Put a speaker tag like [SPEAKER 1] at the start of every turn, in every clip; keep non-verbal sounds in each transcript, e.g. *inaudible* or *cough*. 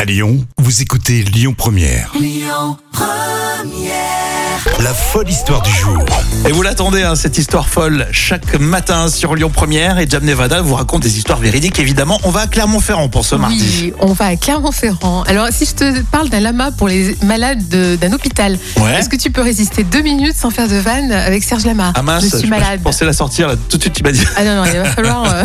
[SPEAKER 1] À Lyon, vous écoutez Lyon Première. Lyon Première. La folle histoire du jour.
[SPEAKER 2] Et vous l'attendez, hein, cette histoire folle, chaque matin sur Lyon Première. Et Jam Nevada vous raconte des histoires véridiques, évidemment. On va à Clermont-Ferrand pour ce mardi.
[SPEAKER 3] Oui, on va à Clermont-Ferrand. Alors, si je te parle d'un lama pour les malades de- d'un hôpital,
[SPEAKER 2] Ouais.
[SPEAKER 3] est-ce que tu peux résister deux minutes sans faire de vanne avec Serge Lama
[SPEAKER 2] Ah mince,
[SPEAKER 3] Je suis
[SPEAKER 2] je-
[SPEAKER 3] malade.
[SPEAKER 2] je pensais la sortir là, tout de suite, il m'a dit. *laughs*
[SPEAKER 3] Ah non, non, il va falloir. euh,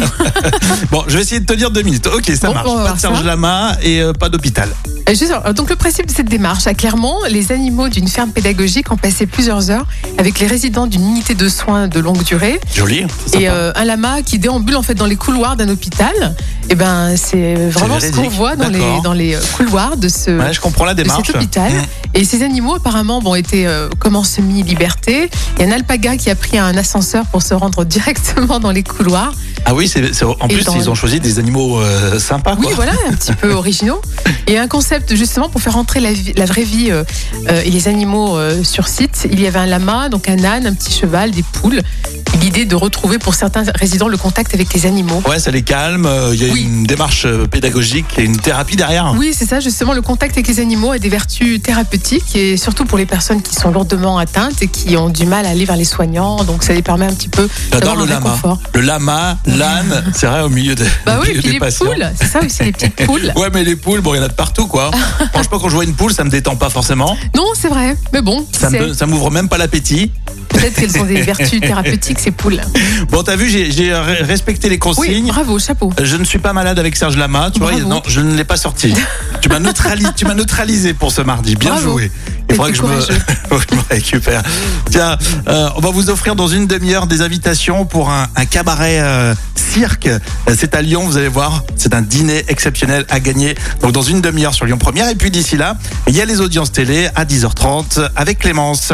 [SPEAKER 2] Bon, je vais essayer de tenir deux minutes. Ok, ça
[SPEAKER 3] Bon,
[SPEAKER 2] marche.
[SPEAKER 3] on va
[SPEAKER 2] Pas de
[SPEAKER 3] voir
[SPEAKER 2] Serge
[SPEAKER 3] ça.
[SPEAKER 2] Lama et euh, pas d'hôpital.
[SPEAKER 3] juste, alors, donc, le principe de cette démarche, à Clermont, les animaux d'une ferme pédagogique ont passé plusieurs heures avec les résidents d'une unité de soins de longue durée.
[SPEAKER 2] Joli. c'est
[SPEAKER 3] Et
[SPEAKER 2] sympa.
[SPEAKER 3] euh, un lama qui déambule en fait dans les couloirs d'un hôpital, et ben c'est vraiment ce qu'on
[SPEAKER 2] véridique.
[SPEAKER 3] voit dans les,
[SPEAKER 2] D'accord.
[SPEAKER 3] dans les euh, couloirs de ce,
[SPEAKER 2] Ouais, je comprends la
[SPEAKER 3] de
[SPEAKER 2] démarche.
[SPEAKER 3] cet hôpital.
[SPEAKER 2] Mmh.
[SPEAKER 3] Et ces animaux, apparemment, bon, étaient euh, comme en semi-liberté. Il y a un alpaga qui a pris un ascenseur pour se rendre *laughs* directement dans les couloirs.
[SPEAKER 2] Ah oui, c'est c'est- en
[SPEAKER 3] Et
[SPEAKER 2] plus,
[SPEAKER 3] dans
[SPEAKER 2] ils ont choisi des animaux euh, sympas.
[SPEAKER 3] Oui,
[SPEAKER 2] Quoi.
[SPEAKER 3] voilà, un petit peu originaux. Et un concept, justement, pour faire rentrer la, vie- la vraie vie euh, euh, et les animaux euh, sur site. Il y avait un lama, donc un âne, un petit cheval, des poules. Et L'idée de retrouver pour certains résidents le contact avec les animaux.
[SPEAKER 2] Ouais, ça les calme. euh, Il y a
[SPEAKER 3] Oui.
[SPEAKER 2] une démarche euh, pédagogique et une thérapie derrière.
[SPEAKER 3] Oui, c'est ça, justement, le contact avec les animaux a des vertus thérapeutiques et surtout pour les personnes qui sont lourdement atteintes et qui ont du mal à aller vers les soignants. Donc ça les permet un petit peu
[SPEAKER 2] J'adore
[SPEAKER 3] d'avoir
[SPEAKER 2] le
[SPEAKER 3] un
[SPEAKER 2] lama.
[SPEAKER 3] réconfort.
[SPEAKER 2] Le lama, l'âne, c'est vrai, au milieu des,
[SPEAKER 3] Bah
[SPEAKER 2] au
[SPEAKER 3] oui, et
[SPEAKER 2] milieu
[SPEAKER 3] puis
[SPEAKER 2] des
[SPEAKER 3] les
[SPEAKER 2] patients.
[SPEAKER 3] poules, c'est ça aussi, les petites
[SPEAKER 2] *laughs*
[SPEAKER 3] poules.
[SPEAKER 2] Ouais, mais les poules, bon, il y en a de partout, quoi. Franchement, quand je vois une poule, ça me détend pas forcément.
[SPEAKER 3] Non, c'est vrai, mais bon, qui
[SPEAKER 2] Ça me
[SPEAKER 3] sait,
[SPEAKER 2] donne- ça m'ouvre même pas l'appétit.
[SPEAKER 3] peut-être qu'elles ont des vertus thérapeutiques, ces poules.
[SPEAKER 2] Bon, t'as vu, j'ai j'ai re- respecté les
[SPEAKER 3] Oui,
[SPEAKER 2] consignes.
[SPEAKER 3] bravo, chapeau.
[SPEAKER 2] Euh, Je ne suis pas malade avec Serge Lama, tu vois.
[SPEAKER 3] Bravo.
[SPEAKER 2] Non, je ne l'ai pas sorti. tu m'as neutralisé, tu m'as neutralisé pour ce mardi. Bien
[SPEAKER 3] Bravo.
[SPEAKER 2] joué. Il
[SPEAKER 3] T'es
[SPEAKER 2] faudra que je me,
[SPEAKER 3] courageux.
[SPEAKER 2] faut que je me *laughs* récupère. Tiens, euh, on va vous offrir dans une demi-heure des invitations pour un, un cabaret euh, cirque. Euh, C'est à Lyon, vous allez voir. C'est un dîner exceptionnel à gagner. Donc dans une demi-heure sur Lyon Première. Et puis d'ici là, il y a les audiences télé à 10h30 avec Clémence.